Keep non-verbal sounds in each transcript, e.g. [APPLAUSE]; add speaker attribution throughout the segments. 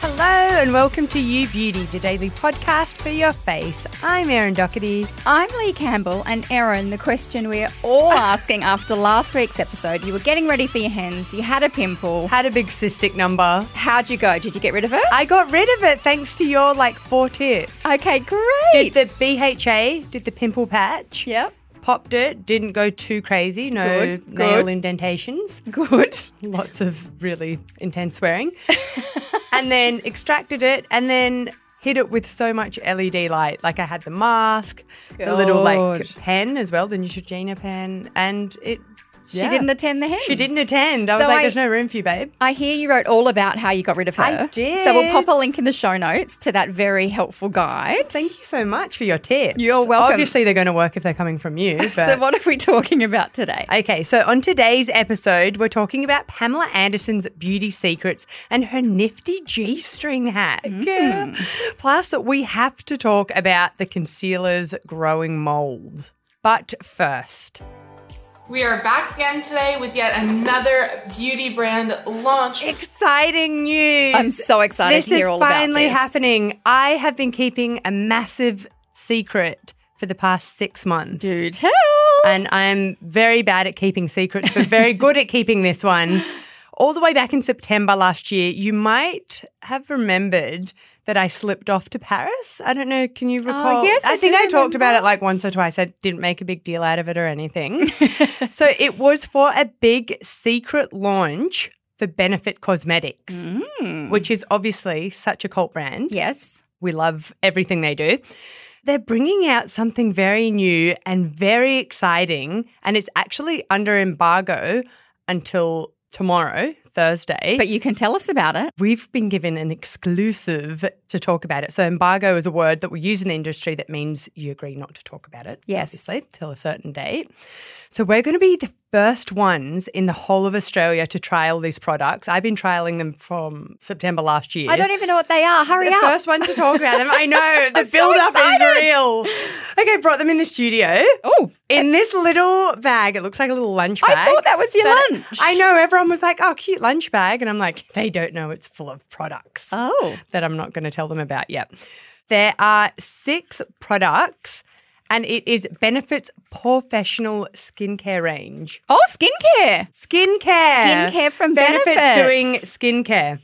Speaker 1: Hello and welcome to You Beauty, the daily podcast for your face. I'm Erin Doherty.
Speaker 2: I'm Lee Campbell, and Erin, the question we're
Speaker 1: [LAUGHS]
Speaker 2: all asking after last week's episode you were getting ready for your hens, you had a pimple.
Speaker 1: Had a big cystic number.
Speaker 2: How'd you go? Did you get rid of it?
Speaker 1: I got rid of it thanks to your like four tips.
Speaker 2: Okay,
Speaker 1: Did
Speaker 2: great.
Speaker 1: the BHA, did the pimple patch,
Speaker 2: yep,
Speaker 1: popped it, didn't go too crazy, no
Speaker 2: Good,
Speaker 1: nail
Speaker 2: good.
Speaker 1: indentations,
Speaker 2: good.
Speaker 1: lots of really intense swearing, [LAUGHS] and then extracted it and then hit it with so much LED light. Like I had the mask, the little like
Speaker 2: Good.
Speaker 1: pen as well, the Neutrogena pen, and it.
Speaker 2: She
Speaker 1: yeah.
Speaker 2: didn't attend the hens.
Speaker 1: She didn't attend. I was
Speaker 2: So
Speaker 1: like,
Speaker 2: I-
Speaker 1: there's no room for you, babe.
Speaker 2: [LAUGHS] I hear you wrote all about how you got rid of her.
Speaker 1: I did.
Speaker 2: So we'll pop a link in the show notes to that very helpful guide.
Speaker 1: Thank you so much for your tips.
Speaker 2: You're welcome.
Speaker 1: Obviously, they're going to work if they're coming from you. [LAUGHS] But...
Speaker 2: So what are we talking about today?
Speaker 1: Okay, so on today's episode, we're talking about Pamela Anderson's beauty secrets and her nifty G string hack.
Speaker 2: Mm.
Speaker 1: Plus, we have to talk about the concealer's growing mold. But first,
Speaker 3: We are back again today with yet another beauty brand launch.
Speaker 1: exciting news.
Speaker 2: I'm so excited
Speaker 1: this
Speaker 2: to hear
Speaker 1: is
Speaker 2: all about
Speaker 1: finally
Speaker 2: this.
Speaker 1: happening. I have been keeping a massive secret for the past six months.
Speaker 2: Do tell.
Speaker 1: and I'm very bad at keeping secrets,
Speaker 2: [LAUGHS]
Speaker 1: but very good at keeping this one. All the way back in September last year, you might have remembered that I slipped off to Paris. I don't know, can you recall?
Speaker 2: Oh, yes, I
Speaker 1: think
Speaker 2: do
Speaker 1: I talked
Speaker 2: remember.
Speaker 1: about it like once or twice. I didn't make a big deal out of it or
Speaker 2: [LAUGHS]
Speaker 1: anything. so it was for a big secret launch for Benefit Cosmetics,
Speaker 2: Mm.
Speaker 1: which is obviously such a cult brand.
Speaker 2: yes.
Speaker 1: We love everything they do. They're bringing out something very new and very exciting, and it's actually under embargo until tomorrow, Thursday.
Speaker 2: But you can tell us about it.
Speaker 1: We've been given an exclusive to talk about it. So, embargo is a word that we use in the industry that means you agree not to talk about it.
Speaker 2: Yes.
Speaker 1: Obviously, till a certain date. So, we're going to be the first ones in the whole of Australia to trial these products. I've been trialing them from September last year.
Speaker 2: I don't even know what they are. Hurry
Speaker 1: the
Speaker 2: up.
Speaker 1: first one to talk about them.
Speaker 2: [LAUGHS]
Speaker 1: I know. The
Speaker 2: so
Speaker 1: build up
Speaker 2: excited.
Speaker 1: is real. Okay, brought them in the studio.
Speaker 2: oh,
Speaker 1: In this little bag, it looks like a little lunch
Speaker 2: I
Speaker 1: bag.
Speaker 2: thought that was your lunch.
Speaker 1: I know everyone was like, "Oh, cute lunch bag," and I'm like, "They don't know it's full of products
Speaker 2: Oh.
Speaker 1: that I'm not going to tell them about yet." There are six products, and it is Benefits Professional Skincare range.
Speaker 2: Oh, skincare.
Speaker 1: Skincare,
Speaker 2: Skincare from Benefit.
Speaker 1: Benefits doing skincare,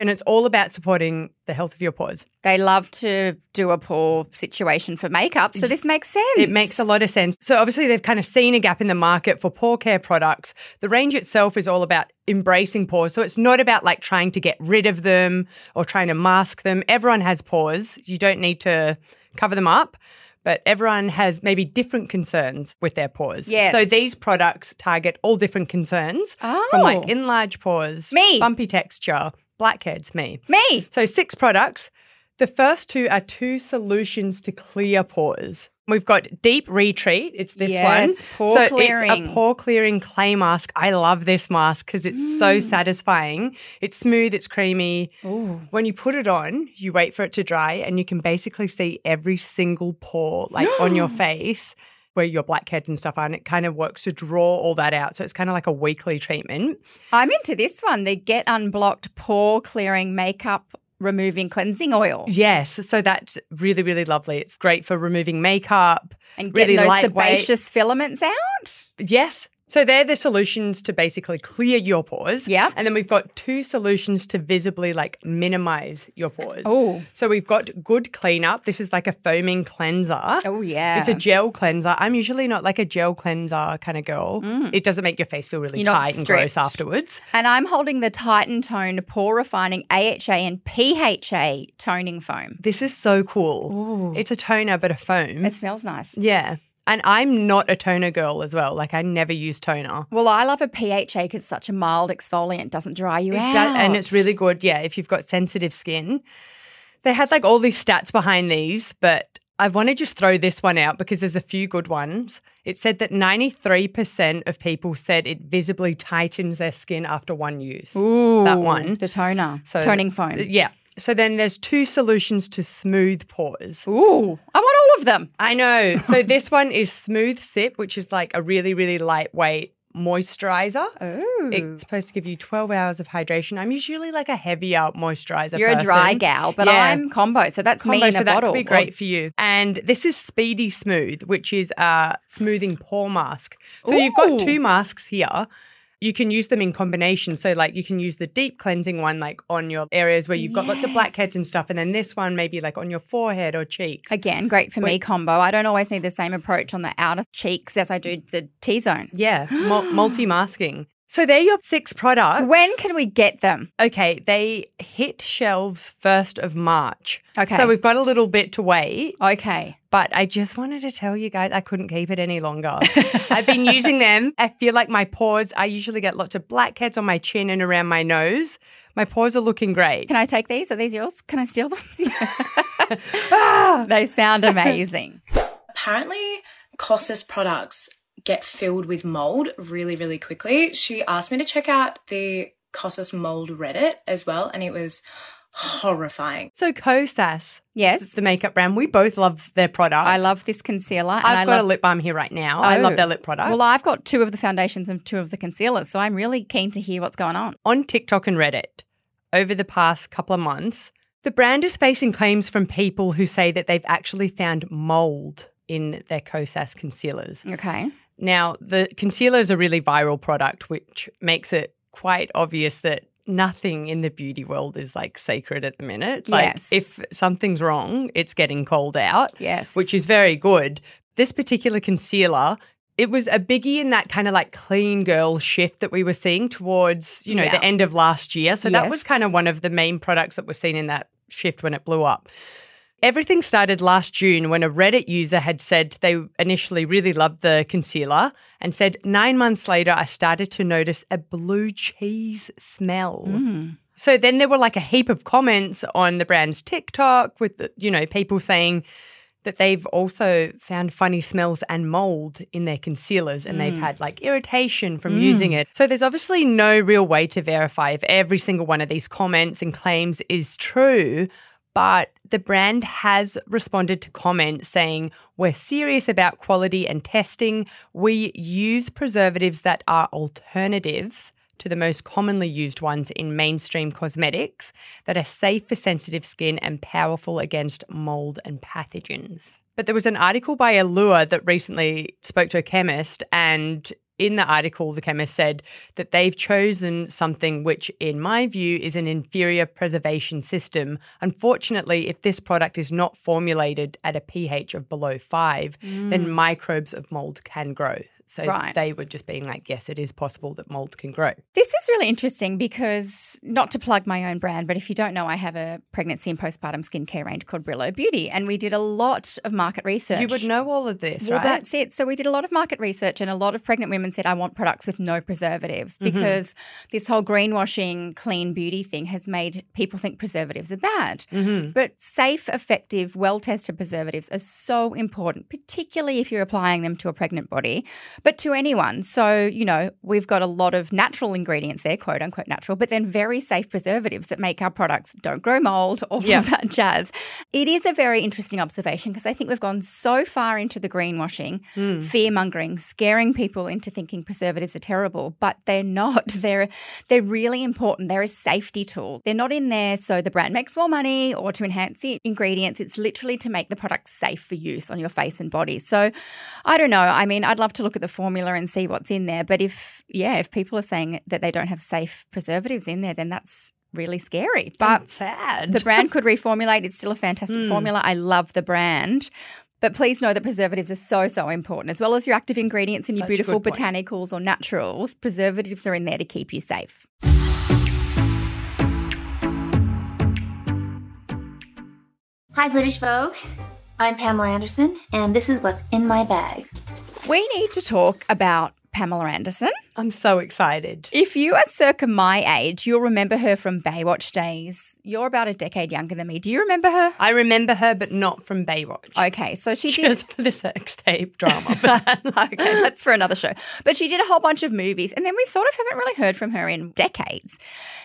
Speaker 1: and it's all about supporting the health of your pores.
Speaker 2: They love to do a poor situation for makeup, so this makes sense.
Speaker 1: It makes a lot of sense. So obviously they've kind of seen a gap in the market for pore care products. The range itself is all about embracing pores. So it's not about like trying to get rid of them or trying to mask them. Everyone has pores. You don't need to cover them up. But everyone has maybe different concerns with their pores.
Speaker 2: Yes.
Speaker 1: So these products target all different concerns from
Speaker 2: Oh.
Speaker 1: like enlarged pores,
Speaker 2: Me.
Speaker 1: bumpy texture, blackheads, me.
Speaker 2: Me.
Speaker 1: So six products. The first two are two solutions to clear pores. We've got deep retreat. It's this
Speaker 2: Yes,
Speaker 1: one.
Speaker 2: pore
Speaker 1: so
Speaker 2: clearing.
Speaker 1: it's a pore clearing clay mask. I love this mask because it's so
Speaker 2: Mm.
Speaker 1: satisfying. It's smooth. It's creamy. When you put it on, you wait for it to dry, and you can basically see every single pore like
Speaker 2: [GASPS]
Speaker 1: on your face. Where your blackheads and stuff are, and it kind of works to draw all that out. So it's kind of like a weekly treatment.
Speaker 2: I'm into this one the Get Unblocked Pore Clearing Makeup Removing Cleansing Oil.
Speaker 1: Yes, so that's really, really lovely. It's great for removing makeup
Speaker 2: And getting
Speaker 1: really
Speaker 2: those
Speaker 1: lightweight.
Speaker 2: sebaceous filaments out.
Speaker 1: Yes. So they're the solutions to basically clear your pores.
Speaker 2: Yeah.
Speaker 1: And then we've got two solutions to visibly like minimize your pores.
Speaker 2: Oh.
Speaker 1: So we've got good cleanup. This is like a foaming cleanser.
Speaker 2: Oh, yeah.
Speaker 1: It's a gel cleanser. I'm usually not like a gel cleanser kind of girl. It doesn't make your face feel really
Speaker 2: Mm. You're not
Speaker 1: tight and gross
Speaker 2: stripped.
Speaker 1: afterwards.
Speaker 2: And I'm holding the Titan Tone Pore Refining AHA and PHA toning foam.
Speaker 1: This is so cool. It's a toner but a foam.
Speaker 2: It smells nice.
Speaker 1: yeah. And I'm not a toner girl as well. Like I never use toner.
Speaker 2: Well, I love a PHA because it's such a mild exfoliant, doesn't dry you out.
Speaker 1: It does- and it's really good, yeah, if you've got sensitive skin. They had like all these stats behind these, but I want to just throw this one out because there's a few good ones. It said that 93% of people said it visibly tightens their skin after one use. that
Speaker 2: Ooh,
Speaker 1: one.
Speaker 2: The toner.
Speaker 1: So- uh,
Speaker 2: Toning foam.
Speaker 1: Yeah. So then there's two solutions to smooth pores.
Speaker 2: Ooh, I want all of them.
Speaker 1: I
Speaker 2: [LAUGHS]
Speaker 1: know. So this one is Smooth Sip, which is like a really, really lightweight moisturizer.
Speaker 2: Ooh.
Speaker 1: It's supposed to give you 12 hours of hydration. I'm usually like a heavier moisturizer.
Speaker 2: You're a dry
Speaker 1: person.
Speaker 2: gal, but
Speaker 1: Yeah.
Speaker 2: I'm combo, so that's
Speaker 1: Combo,
Speaker 2: me in
Speaker 1: so
Speaker 2: a
Speaker 1: that
Speaker 2: bottle.
Speaker 1: could be
Speaker 2: Or-
Speaker 1: great for you. And this is Speedy Smooth, which is a smoothing pore mask. So you've
Speaker 2: Ooh.
Speaker 1: got two masks here. You can use them in combination. So like you can use the deep cleansing one like on your areas where you've got lots of blackheads and stuff, and then this one maybe like on your forehead or cheeks.
Speaker 2: Again, great for me combo. I don't always need the same approach on the outer cheeks as I do the T zone.
Speaker 1: yeah,
Speaker 2: [GASPS]
Speaker 1: mul- multi-masking. So they're your six products.
Speaker 2: When can we get them?
Speaker 1: Okay, they hit shelves first of March.
Speaker 2: Okay.
Speaker 1: So we've got a little bit to wait,
Speaker 2: Okay.
Speaker 1: but I just wanted to tell you guys I couldn't keep it
Speaker 2: [LAUGHS]
Speaker 1: any longer. I've been using them. I feel like my pores, I usually get lots of blackheads on my chin and around my nose. My pores are looking great.
Speaker 2: Can I take these? Are these yours? Can I steal
Speaker 1: [LAUGHS]
Speaker 2: them?
Speaker 1: Ah!
Speaker 2: [LAUGHS] they sound
Speaker 1: [LAUGHS]
Speaker 2: amazing.
Speaker 4: apparently Cossus products get filled with mold really, really quickly. She asked me to check out the Cossus mold Reddit as well, and it was horrifying.
Speaker 1: So Kosas,
Speaker 2: Yes.
Speaker 1: the makeup brand, we both love their product.
Speaker 2: I love this concealer. And
Speaker 1: I've
Speaker 2: I
Speaker 1: got
Speaker 2: love-
Speaker 1: a lip balm here right now. I love
Speaker 2: Oh.
Speaker 1: their lip product.
Speaker 2: Well, I've got two of the foundations and two of the concealers, so I'm really keen to hear what's going on.
Speaker 1: on TikTok and Reddit over the past couple of months, the brand is facing claims from people who say that they've actually found mold in their Kosas concealers.
Speaker 2: Okay.
Speaker 1: Now, the concealer is a really viral product, which makes it quite obvious that nothing in the beauty world is like sacred at the minute. Like,
Speaker 2: Yes.
Speaker 1: if something's wrong, it's getting called out
Speaker 2: Yes.
Speaker 1: which is very good. This particular concealer, it was a biggie in that kind of like clean girl shift that we were seeing towards, you know,
Speaker 2: Yeah.
Speaker 1: the end of last year. So that was
Speaker 2: Yes.
Speaker 1: kind of one of the main products that were seen in that shift when it blew up. Everything started last June when a Reddit user had said they initially really loved the concealer and said, nine months later, I started to notice a blue cheese smell.
Speaker 2: Mm.
Speaker 1: So then there were like a heap of comments on the brand's TikTok with, the, you know, people saying that they've also found funny smells and mold in their concealers and they've had like irritation from using it. So there's obviously no real way to verify if every single one of these comments and claims is true. But the brand has responded to comments saying, We're serious about quality and testing. We use preservatives that are alternatives to the most commonly used ones in mainstream cosmetics that are safe for sensitive skin and powerful against mold and pathogens. But there was an article by Allure that recently spoke to a chemist and in the article the chemist said that they've chosen something which in my view is an inferior preservation system unfortunately if this product is not formulated at a ph of below 5 then microbes of mold can grow so
Speaker 2: Right.
Speaker 1: they were just being like yes it is possible that mold can grow
Speaker 2: This is really interesting because, not to plug my own brand, but if you don't know, I have a pregnancy and postpartum skincare range called Brillo Beauty, and we did a lot of market research.
Speaker 1: You would know all of this,
Speaker 2: Well,
Speaker 1: right?
Speaker 2: that's it. So we did a lot of market research, and a lot of pregnant women said, "I want products with no preservatives,"
Speaker 1: Mm-hmm.
Speaker 2: because this whole greenwashing, clean beauty thing has made people think preservatives are bad.
Speaker 1: Mm-hmm.
Speaker 2: But safe, effective, well-tested preservatives are so important, particularly if you're applying them to a pregnant body, but to anyone. So you know, we've got a lot of natural ingredients there, quote unquote natural, but then very safe preservatives that make our products don't grow mold, all
Speaker 1: Yeah.
Speaker 2: of [LAUGHS] that jazz. It is a very interesting observation because I think we've gone so far into the greenwashing, fear mongering, scaring people into thinking preservatives are terrible, but they're not. [LAUGHS] They're they're really important. They're a safety tool. They're not in there so the brand makes more money or to enhance the ingredients. It's literally to make the product safe for use on your face and body. So I don't know. I mean, I'd love to look at the the formula and see what's in there. But if, yeah, if people are saying that they don't have safe preservatives in there, then that's really scary. But
Speaker 1: sad.
Speaker 2: the brand could reformulate. It's still a fantastic
Speaker 1: Hmm.
Speaker 2: formula. I love the brand. But please know that preservatives are so, so important, as well as your active ingredients and your
Speaker 1: Such a
Speaker 2: beautiful
Speaker 1: good point.
Speaker 2: botanicals or naturals. Preservatives are in there to keep you safe.
Speaker 5: Hi, British Vogue. I'm Pamela Anderson, and this is what's in my bag.
Speaker 2: We need to talk about Pamela Anderson.
Speaker 1: I'm so excited.
Speaker 2: If you are circa my age, you'll remember her from Baywatch days. You're about a decade younger than me. Do you remember her?
Speaker 1: I remember her, but not from Baywatch. [LAUGHS]
Speaker 2: Okay, so she did.
Speaker 1: just for the sex
Speaker 2: [LAUGHS]
Speaker 1: tape drama. But
Speaker 2: okay, that's for another show. But she did a whole bunch of movies, and then we sort of haven't really heard from her in decades.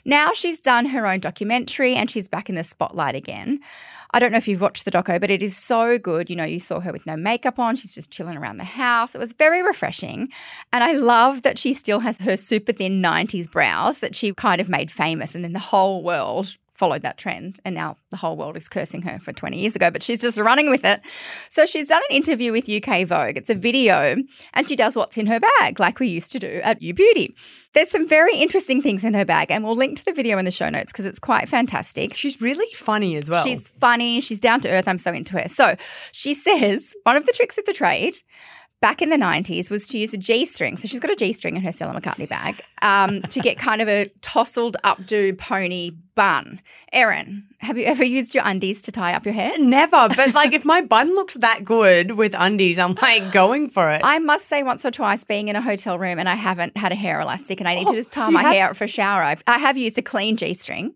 Speaker 2: Now she's done her own documentary and she's back in the spotlight again. I don't know if you've watched the doco, but it is so good. You know, you saw her with no makeup on, she's just chilling around the house. It was very refreshing. And I love that she still has her super thin 90s brows that she kind of made famous, and then the whole world followed that trend and now the whole world is cursing her for 20 years ago but she's just running with it so she's done an interview with uk vogue it's a video and she does what's in her bag like we used to do at u beauty there's some very interesting things in her bag and we'll link to the video in the show notes because it's quite fantastic
Speaker 1: [LAUGHS] she's really funny as well.
Speaker 2: She's funny. She's down to earth. I'm so into her. So she says one of the tricks of the trade back in the 90s was to use a G string. So she's got a G string in her Stella McCartney bag um, to get kind of a tousled updo pony bun. Erin, have you ever used your undies to tie up your hair?
Speaker 1: Never, but like if my bun looks that good with undies, I'm like going for it.
Speaker 2: [LAUGHS] I must say, once or twice being in a hotel room and I haven't had a hair elastic and I need to just tie
Speaker 1: Oh, you
Speaker 2: my
Speaker 1: have-
Speaker 2: hair up for a shower. I've, I have used a clean G string.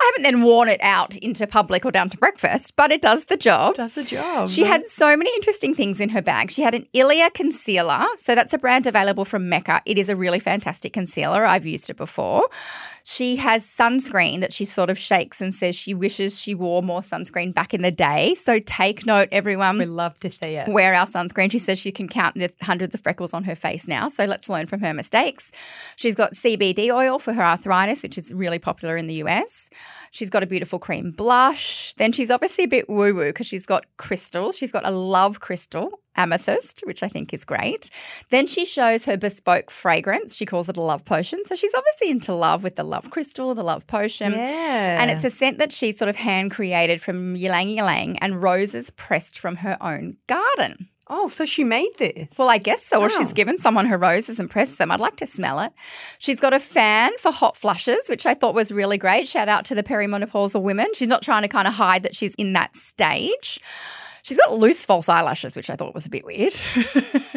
Speaker 2: I haven't then worn it out into public or down to breakfast, but it does the job.
Speaker 1: Does the job.
Speaker 2: She had so many interesting things in her bag. She had an Ilia concealer. So that's a brand available from Mecca. It is a really fantastic concealer. I've used it before. She has sunscreen that she sort of shakes and says she wishes she wore more sunscreen back in the day. So take note, everyone
Speaker 1: We love to see it.
Speaker 2: wear our sunscreen. She says she can count the hundreds of freckles on her face now. So let's learn from her mistakes. She's got CBD oil for her arthritis, which is really popular in the US. She's got a beautiful cream blush. Then she's obviously a bit woo woo because she's got crystals. She's got a love crystal. Amethyst, which I think is great. Then she shows her bespoke fragrance. She calls it a love potion. So she's obviously into love with the love crystal, the love potion.
Speaker 1: Yeah.
Speaker 2: And it's a scent that she sort of hand created from ylang ylang and roses pressed from her own garden.
Speaker 1: Oh, so she made this.
Speaker 2: Well, I guess so. Or
Speaker 1: Oh.
Speaker 2: she's given someone her roses and pressed them. I'd like to smell it. She's got a fan for hot flushes, which I thought was really great. Shout out to the perimenopausal women. She's not trying to kind of hide that she's in that stage. She's got loose false eyelashes, which I thought was a bit weird. [LAUGHS]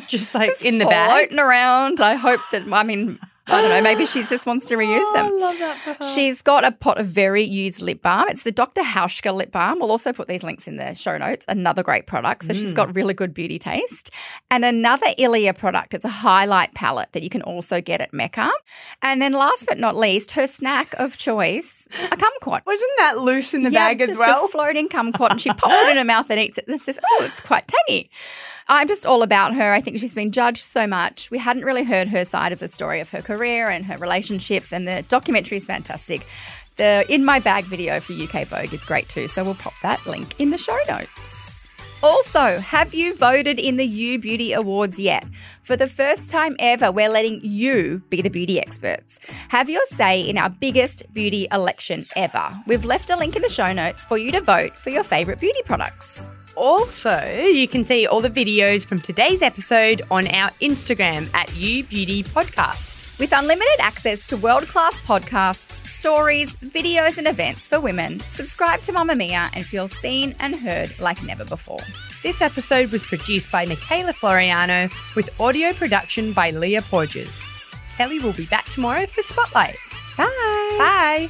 Speaker 1: Just like
Speaker 2: Just
Speaker 1: in the bag.
Speaker 2: floating around. I hope that I mean I don't know. Maybe she just wants to reuse them.
Speaker 1: Oh, love that for her.
Speaker 2: She's got a pot of very used lip balm. It's the Dr. Hauschka lip balm. We'll also put these links in the show notes. Another great product. So
Speaker 1: Mm.
Speaker 2: she's got really good beauty taste. And another Ilia product. It's a highlight palette that you can also get at Mecca. And then last but not least, her snack of choice, a kumquat.
Speaker 1: Wasn't that loose in the
Speaker 2: Yeah,
Speaker 1: bag as
Speaker 2: just
Speaker 1: well?
Speaker 2: A floating kumquat, and she pops it in her mouth and eats it, and says, "Oh, it's quite tangy." I'm just all about her. I think she's been judged so much. We hadn't really heard her side of the story of her career and her relationships, and the documentary is fantastic. The In My Bag video for UK Vogue is great too, so we'll pop that link in the show notes. Also, have you voted in the You Beauty Awards yet? For the first time ever, we're letting you be the beauty experts. Have your say in our biggest beauty election ever. We've left a link in the show notes for you to vote for your favourite beauty products.
Speaker 1: Also, you can see all the videos from today's episode on our Instagram at You Beauty Podcast.
Speaker 2: With unlimited access to world class podcasts, stories, videos, and events for women, subscribe to Mamma Mia and feel seen and heard like never before.
Speaker 1: This episode was produced by Michaela Floriano with audio production by Leah Porges. Kelly will be back tomorrow for Spotlight.
Speaker 2: Bye.
Speaker 1: Bye.